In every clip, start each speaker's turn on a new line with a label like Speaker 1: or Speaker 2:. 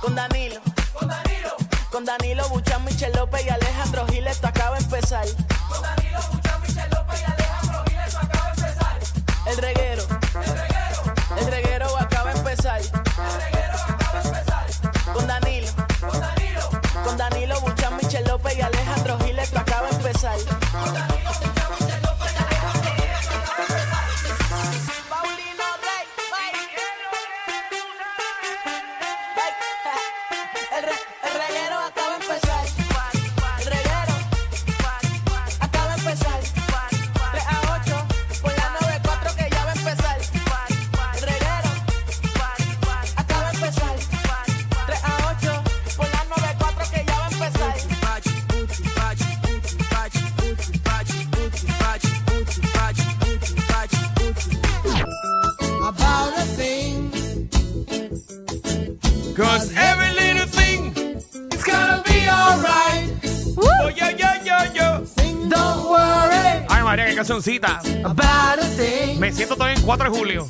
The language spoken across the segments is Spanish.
Speaker 1: Con Danilo. Con Danilo. Con Danilo Buchan, Michel López y Alejandro Gil, esto acaba de empezar. Con Danilo Buchan, Michel López y Alejandro Gil, esto acaba de empezar. El reguero. El reguero. El reguero acaba de empezar. El reguero acaba de empezar. Con Danilo. Con Danilo. Con Danilo Buchan, Michel López y Alejandro Gil, esto acaba de empezar. Con Danilo Buchan, Michel López y Alejandro Gil, esto acaba de empezar. Paulino Rey. El re- el reguero acaba de empezar. El reguero acaba de empezar. 3 a 8 por la 94 que ya va a empezar. El reguero acaba de empezar. 3 a 8 por la 94 que ya va a empezar.
Speaker 2: about a thing.
Speaker 3: Cause every little thing oh, is gonna be alright. Oh, yo, yo, yo, yo.
Speaker 2: Thing, don't worry
Speaker 3: Ay, María, qué cancioncita.
Speaker 2: about a thing.
Speaker 3: Me siento todavía en 4 de julio.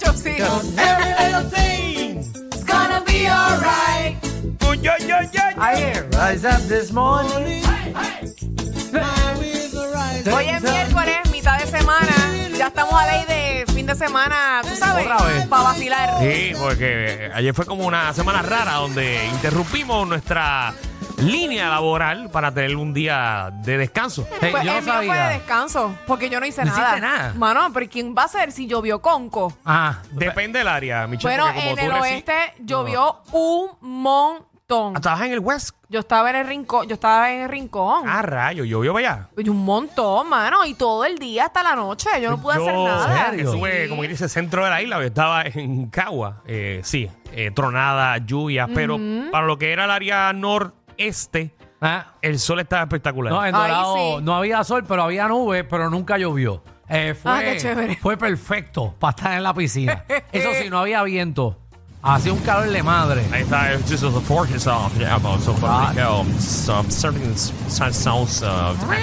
Speaker 1: Yo sí.
Speaker 2: Every little
Speaker 3: Thing.
Speaker 2: thing's gonna be alright.
Speaker 3: Oh, yo, yo, yo, yo.
Speaker 4: Ayer,
Speaker 2: Rise up this morning. Smile with the rise
Speaker 4: Hoy
Speaker 2: of
Speaker 4: es
Speaker 2: the sun.
Speaker 4: miércoles, mitad de semana. Ya estamos a ley de fin de semana, tú sabes,
Speaker 3: Otra vez.
Speaker 4: para vacilar.
Speaker 3: Sí, porque ayer fue como una semana rara donde interrumpimos nuestra línea laboral para tener un día de descanso.
Speaker 4: Pues
Speaker 5: yo no
Speaker 4: el mío fue
Speaker 5: sabía.
Speaker 4: de descanso, porque yo no hice
Speaker 5: No
Speaker 4: nada.
Speaker 5: hiciste nada.
Speaker 4: Mano, pero ¿quién va a ser si llovió conco?
Speaker 5: Ah,
Speaker 3: Depende del área, Michelle.
Speaker 4: bueno,
Speaker 3: porque como
Speaker 4: en
Speaker 3: tú
Speaker 4: el
Speaker 3: reci-
Speaker 4: oeste llovió un montón.
Speaker 3: Ah, ¿Trabajas en el West?
Speaker 4: Yo estaba en el rincón, yo estaba en el rincón.
Speaker 3: Ah, rayo, llovió para allá.
Speaker 4: Y un montón, mano, y todo el día hasta la noche. Yo no pude hacer
Speaker 3: Yo,
Speaker 4: nada.
Speaker 3: Que estuve,
Speaker 4: Sí.
Speaker 3: como dice, centro de la isla. Yo estaba en Cagua. eh, sí, eh, tronada, lluvia. Pero para lo que era el área noreste,
Speaker 5: ah,
Speaker 3: el sol estaba espectacular.
Speaker 5: no, en
Speaker 4: Ay,
Speaker 5: Dorado
Speaker 4: sí.
Speaker 5: no había sol, pero había nubes, pero nunca llovió. Eh, fue,
Speaker 4: Ah, qué chévere.
Speaker 5: fue perfecto para estar en la piscina. Eso sí, no había viento. Hacía un calor de madre.
Speaker 3: Ahí está, this is the forecast of yeah, about so far.
Speaker 5: Ah.
Speaker 3: Um, some certain sun sounds of uh,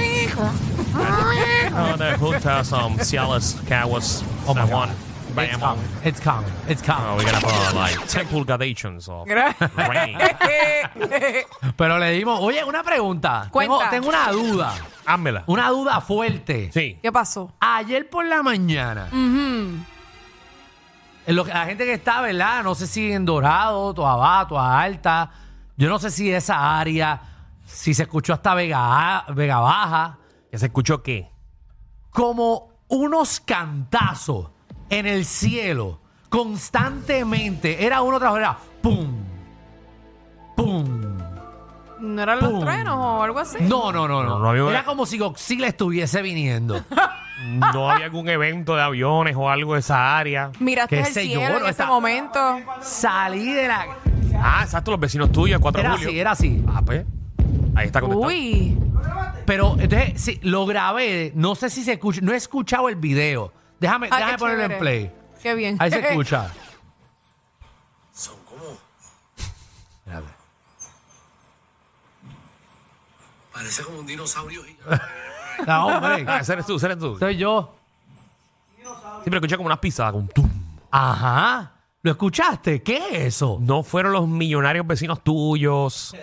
Speaker 3: the hotel, some Cialis, Caguas,
Speaker 5: Oh my
Speaker 3: San Juan,
Speaker 5: God. It's
Speaker 3: Bayamón.
Speaker 5: coming. It's coming. It's
Speaker 3: Oh, we
Speaker 5: coming.
Speaker 3: gotta put like 10 pulgadations of rain.
Speaker 4: Eh,
Speaker 5: Pero le dimos, oye, una pregunta. Tengo,
Speaker 4: Cuenta.
Speaker 5: tengo una duda.
Speaker 3: Házmela.
Speaker 5: Una duda fuerte.
Speaker 3: Sí.
Speaker 4: ¿Qué pasó?
Speaker 5: Ayer por la mañana, en lo que- la gente que está, ¿verdad? No sé si en Dorado, Toabá, Toa Alta, yo no sé si esa área, si se escuchó hasta Vega, A- Vega Baja,
Speaker 3: ¿Que se escuchó qué?
Speaker 5: como unos cantazos en el cielo, constantemente. Era uno tras otro, era pum, pum.
Speaker 4: ¿No eran los
Speaker 5: Pum.
Speaker 4: truenos o algo así?
Speaker 5: No, no, no,
Speaker 3: No, no había
Speaker 5: no.
Speaker 3: una-
Speaker 5: Era como si Godzilla estuviese viniendo.
Speaker 3: ¿No había algún evento de aviones o algo de esa área?
Speaker 4: Miraste
Speaker 5: Qué
Speaker 4: el
Speaker 5: sé yo,
Speaker 4: cielo en
Speaker 5: bueno,
Speaker 4: ese
Speaker 5: está-
Speaker 4: momento.
Speaker 5: Salí de la...
Speaker 3: Ah, exacto, los vecinos tuyos, 4 de
Speaker 5: Era
Speaker 3: julio.
Speaker 5: así, era así.
Speaker 3: Ah, pues. Ahí está conectado.
Speaker 4: Uy.
Speaker 5: Pero entonces, sí, lo grabé, no sé si se escucha, no he escuchado el video. Déjame,
Speaker 4: Ay,
Speaker 5: déjame
Speaker 4: qué
Speaker 5: ponerlo en
Speaker 4: chévere.
Speaker 5: play.
Speaker 4: Qué bien.
Speaker 5: Ahí se escucha. Espérate.
Speaker 6: Parece como un dinosaurio gigante.
Speaker 5: No, hombre,
Speaker 3: Ah, ese eres tú, ese eres tú.
Speaker 5: soy yo.
Speaker 3: Siempre escuché como una pisadas, como tum.
Speaker 5: Ajá. ¿Lo escuchaste? ¿Qué es eso?
Speaker 3: No fueron los millonarios vecinos tuyos.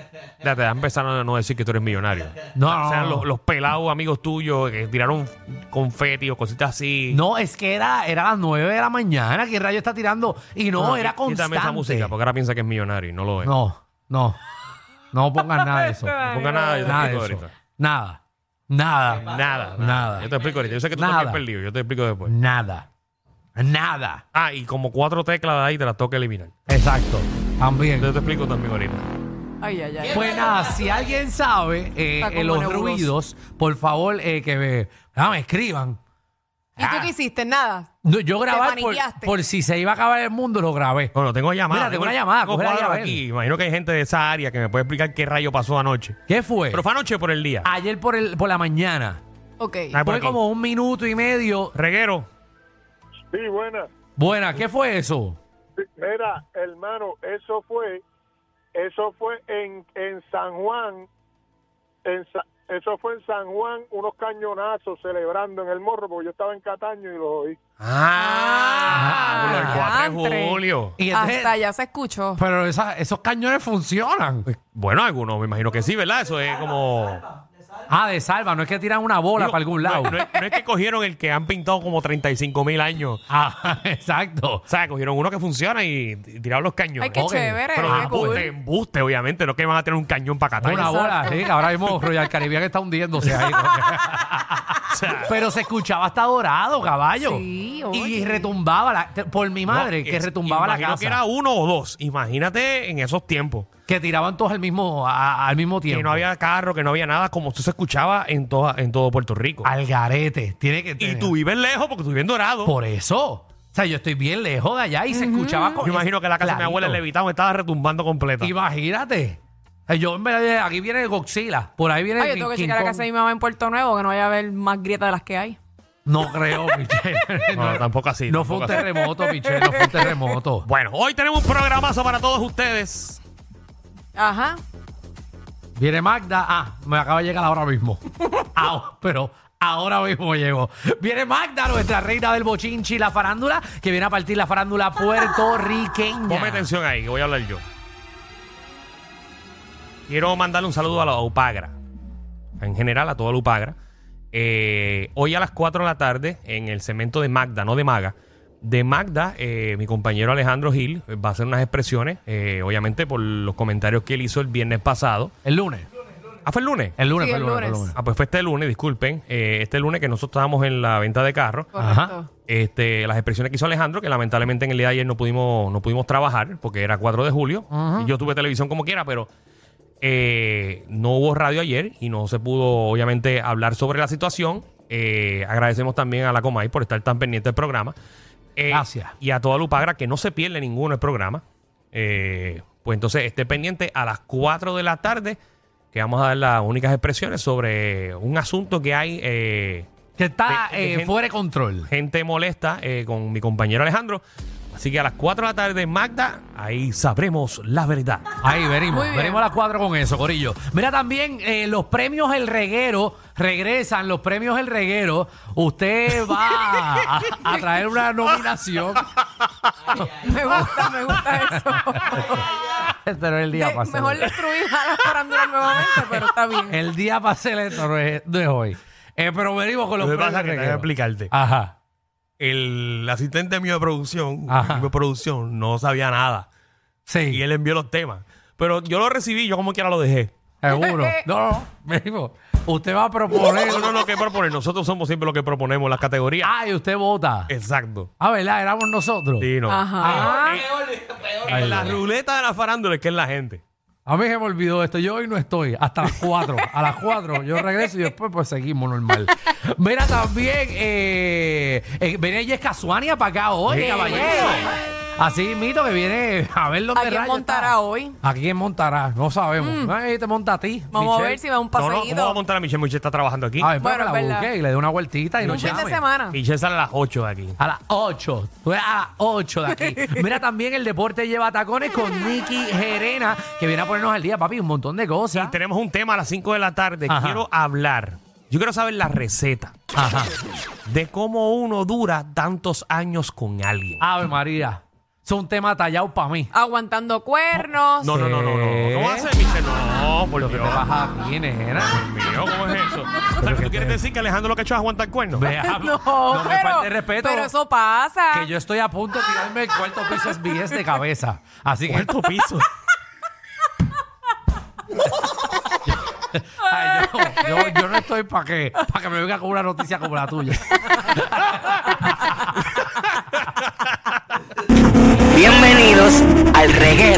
Speaker 3: Ya te empezaron a no decir que tú eres millonario.
Speaker 5: No,
Speaker 3: O sea, los,
Speaker 5: no,
Speaker 3: los pelados amigos tuyos que tiraron confeti o cositas así.
Speaker 5: no, es que era, era las 9 de la mañana que el rayo está tirando y no,
Speaker 3: Ah,
Speaker 5: era
Speaker 3: quí- quítame
Speaker 5: constante.
Speaker 3: esa música porque ahora piensa que es millonario y no lo es.
Speaker 5: No, no. No pongas nada de eso.
Speaker 3: No ponga nada, yo te
Speaker 5: Nada de
Speaker 3: explico
Speaker 5: eso.
Speaker 3: ahorita.
Speaker 5: Nada. Nada.
Speaker 3: Eh, Nada, nada,
Speaker 5: Nada.
Speaker 3: Yo te explico ahorita. Yo sé que tú
Speaker 5: Nada.
Speaker 3: estás bien perdido, yo te explico después.
Speaker 5: Nada. Nada.
Speaker 3: Ah, y como cuatro teclas de ahí te las toca eliminar.
Speaker 5: Exacto,
Speaker 3: Yo
Speaker 5: también.
Speaker 3: te explico también ahorita.
Speaker 4: Ay, ay, ay.
Speaker 5: Pues nada, si alguien sabe eh,
Speaker 4: Está como
Speaker 5: eh, los
Speaker 4: nebuloso.
Speaker 5: ruidos, por favor eh, que me, ah, me escriban.
Speaker 4: ¿Y tú qué hiciste? Nada.
Speaker 5: No, yo grabé por,
Speaker 4: manillaste.
Speaker 5: por si se iba a acabar el mundo, lo grabé.
Speaker 3: Bueno, tengo llamada.
Speaker 5: Mira, tengo una llamada,
Speaker 3: Tengo
Speaker 5: coge la
Speaker 3: cuadros
Speaker 5: llave.
Speaker 3: aquí. Imagino que hay gente de esa área que me puede explicar qué rayo pasó anoche.
Speaker 5: ¿Qué fue?
Speaker 3: Pero fue anoche por el día.
Speaker 5: Ayer por, el, por la mañana.
Speaker 4: Ok.
Speaker 3: Ah, por
Speaker 5: Fue
Speaker 3: aquí.
Speaker 5: como un minuto y medio.
Speaker 3: Reguero.
Speaker 7: Sí, buena.
Speaker 5: Buena, ¿qué fue eso?
Speaker 7: Sí, Mira, hermano, eso fue, eso fue en, en San Juan, en, Sa- eso fue en San Juan, unos cañonazos celebrando en el morro, porque yo estaba en Cataño y lo oí.
Speaker 3: Ah, por el 4 de
Speaker 4: diantre.
Speaker 3: julio.
Speaker 5: Y entonces-
Speaker 4: Hasta ya se escuchó.
Speaker 5: pero esa- esos cañones funcionan.
Speaker 3: Bueno, algunos, me imagino que sí, ¿verdad? Eso es como...
Speaker 5: Ah, de salva, no es que tiran una bola
Speaker 3: Digo,
Speaker 5: para algún lado.
Speaker 3: No, no es, no es que cogieron el que han pintado como 35 mil años.
Speaker 5: Ah,
Speaker 3: O
Speaker 5: exacto.
Speaker 3: sea, cogieron uno que funciona y, y tiraron los cañones.
Speaker 4: Ay, qué
Speaker 5: Ok,
Speaker 4: chévere.
Speaker 3: Pero
Speaker 4: qué
Speaker 3: embuste,
Speaker 4: cool.
Speaker 3: embuste, obviamente. No es que van a tener un cañón para Catania.
Speaker 5: Una bola, sí, que ahora mismo Royal Caribbean está hundiéndose ahí.
Speaker 3: O sea,
Speaker 5: Pero se escuchaba hasta dorado, caballo.
Speaker 4: Sí, oye.
Speaker 5: Y retumbaba, la- te- por mi madre,
Speaker 3: no,
Speaker 5: que
Speaker 3: es-
Speaker 5: retumbaba la
Speaker 3: imagino que
Speaker 5: casa. Que,
Speaker 3: era uno o dos. Imagínate en esos tiempos.
Speaker 5: tiraban todos al mismo, a- al mismo tiempo.
Speaker 3: Que no había carro, que no había nada, como tú se escuchaba en, toda, en todo Puerto Rico.
Speaker 5: Al garete. Tiene que
Speaker 3: y
Speaker 5: tener-
Speaker 3: tú vives lejos porque tú vives en Dorado.
Speaker 5: Por eso. O sea, yo estoy bien lejos de allá y se escuchaba con.
Speaker 3: Yo imagino que la casa de mi
Speaker 5: Clarito.
Speaker 3: abuela en Levittown estaba retumbando completa.
Speaker 5: Imagínate. Eh, Yo en verdad, eh, aquí viene Godzilla. Por ahí viene
Speaker 4: Ay, yo
Speaker 5: King-
Speaker 4: tengo que
Speaker 5: King
Speaker 4: checar la
Speaker 5: Kong.
Speaker 4: casa de mi mamá en Puerto Nuevo, que no vaya a haber más grietas de las que hay.
Speaker 5: No creo, Michelle.
Speaker 3: No, tampoco así,
Speaker 5: No fue un
Speaker 3: tampoco así.
Speaker 5: terremoto, Michelle. No fue un terremoto.
Speaker 3: Bueno, hoy tenemos un programazo para todos ustedes.
Speaker 4: Ajá.
Speaker 5: Viene Magda. Ah, me acaba de llegar ahora mismo. Ah, pero ahora mismo llegó. Viene Magda, nuestra reina del bochinchi, la farándula, que viene a partir la farándula puertorriqueña.
Speaker 3: Ponme atención ahí, que voy a hablar yo. Quiero mandarle un saludo a la UPAGRA. En general, a toda la UPAGRA. Eh, hoy a las 4 de la tarde, en el cemento de Magda, no de Maga. De Magda, eh, mi compañero Alejandro Gil eh, va a hacer unas expresiones, eh, obviamente por los comentarios que él hizo el viernes pasado.
Speaker 5: El lunes.
Speaker 3: Ah, fue el lunes.
Speaker 5: El lunes,
Speaker 4: Sí,
Speaker 5: fue el
Speaker 4: el
Speaker 5: lunes. fue el
Speaker 4: lunes.
Speaker 5: lunes.
Speaker 3: Ah, pues fue este lunes, disculpen. Eh, este lunes que nosotros estábamos en la venta de carros.
Speaker 4: Correcto.
Speaker 5: Ajá.
Speaker 3: Este, las expresiones que hizo Alejandro, que lamentablemente en el día de ayer no pudimos, no pudimos trabajar porque era 4 de julio. Y yo tuve televisión como quiera, pero eh, no hubo radio ayer y no se pudo, obviamente, hablar sobre la situación. Eh, agradecemos también a la Comay por estar tan pendiente del programa. Eh,
Speaker 5: Gracias.
Speaker 3: Y a toda Lupagra que no se pierde ninguno el programa. Eh, pues entonces esté pendiente a las 4 de la tarde que vamos a dar las únicas expresiones sobre un asunto que hay. eh,
Speaker 5: Que está
Speaker 3: De- de
Speaker 5: eh,
Speaker 3: gente-
Speaker 5: fuera de control.
Speaker 3: gente molesta eh, con mi compañero Alejandro. Así que a las 4 de la tarde, Magda, ahí sabremos la verdad.
Speaker 5: Ahí venimos,
Speaker 4: Muy bien.
Speaker 5: venimos a las cuatro con eso, Corillo. Mira también, eh, los premios El Reguero regresan, los premios El Reguero. Usted va a, a traer una nominación.
Speaker 4: Me gusta, me gusta eso.
Speaker 5: Este no es el día
Speaker 4: De-
Speaker 5: para hacerlo.
Speaker 4: mejor destruir a la farándula nuevamente, pero está bien.
Speaker 5: El día para hacer esto no es, no es hoy. Eh, pero venimos con los
Speaker 3: Lo que
Speaker 5: premios
Speaker 3: pasa
Speaker 5: El
Speaker 3: es que te voy a
Speaker 5: Reguero.
Speaker 3: explicarte.
Speaker 5: Ajá.
Speaker 3: El asistente mío de producción,
Speaker 5: Ajá.
Speaker 3: mi producción, no sabía nada. Y
Speaker 5: Sí,
Speaker 3: él envió los temas. Pero yo lo recibí, yo como quiera lo dejé.
Speaker 5: seguro. No, no, venimos. Usted va a proponer.
Speaker 3: Nosotros no lo que proponer, nosotros somos siempre los que proponemos las categorías.
Speaker 5: Ah, y usted vota.
Speaker 3: Exacto.
Speaker 5: Ah, ¿verdad? Éramos nosotros.
Speaker 3: Sí, no.
Speaker 4: Ajá.
Speaker 3: En la ruleta de la farándula es que es la gente.
Speaker 5: A mí se me olvidó esto. Yo hoy no estoy. Hasta las 4. A las 4 yo regreso y después pues seguimos normal. Mira también, eh, eh, viene Jessica Suania para acá hoy,
Speaker 3: Sí.
Speaker 5: caballero. Así mito que viene a ver dónde
Speaker 4: ¿A quién
Speaker 5: rayos
Speaker 4: montará
Speaker 5: está.
Speaker 4: hoy? Mm.
Speaker 5: ¿A quién montará? No sabemos. Ay, te monta a ti.
Speaker 4: Vamos
Speaker 5: Michelle. Ah,
Speaker 4: a ver si va un
Speaker 3: No, no, ¿cómo va a
Speaker 4: paseíto.
Speaker 3: montar a Michelle? Michelle está trabajando aquí.
Speaker 5: A ver, bueno,
Speaker 4: Bueno,
Speaker 5: la
Speaker 4: es verdad.
Speaker 5: busque y le dé una vueltita y no
Speaker 4: un fin de
Speaker 5: llame.
Speaker 4: semana.
Speaker 3: Michelle sale a las 8 de aquí.
Speaker 5: A las 8. Tú eres a las 8 de aquí. Mira también el deporte lleva tacones con Nicky Gerena, que viene a ponernos al día, papi, un montón de cosas.
Speaker 3: Tenemos un tema a las 5 de la tarde.
Speaker 5: Ajá.
Speaker 3: Quiero hablar. Yo quiero saber la receta
Speaker 5: Ajá.
Speaker 3: de cómo uno dura tantos años con alguien.
Speaker 5: Ave María. Es un tema tallado para mí.
Speaker 4: Aguantando cuernos.
Speaker 3: No, no, no, no, no. ¿Cómo hace, Michelle? No, por
Speaker 5: ¿Qué
Speaker 3: Dios.
Speaker 5: te pasa a ti, nena?
Speaker 3: Mío, ¿Cómo es eso? O sea,
Speaker 5: Pero
Speaker 3: que
Speaker 5: que
Speaker 3: ¿Tú quieres
Speaker 5: te-
Speaker 3: decir que Alejandro lo que ha hecho es aguantar cuernos?
Speaker 5: Vea,
Speaker 4: No,
Speaker 5: me
Speaker 4: pero,
Speaker 5: falte respeto.
Speaker 4: pero eso pasa.
Speaker 5: Que yo estoy a punto de tirarme el cuarto piso SBS de cabeza. Así que,
Speaker 3: Cuarto piso.
Speaker 5: ay, yo, yo- yo no estoy para que, pa' que me venga con una noticia como la tuya.
Speaker 8: Bienvenidos al reguero.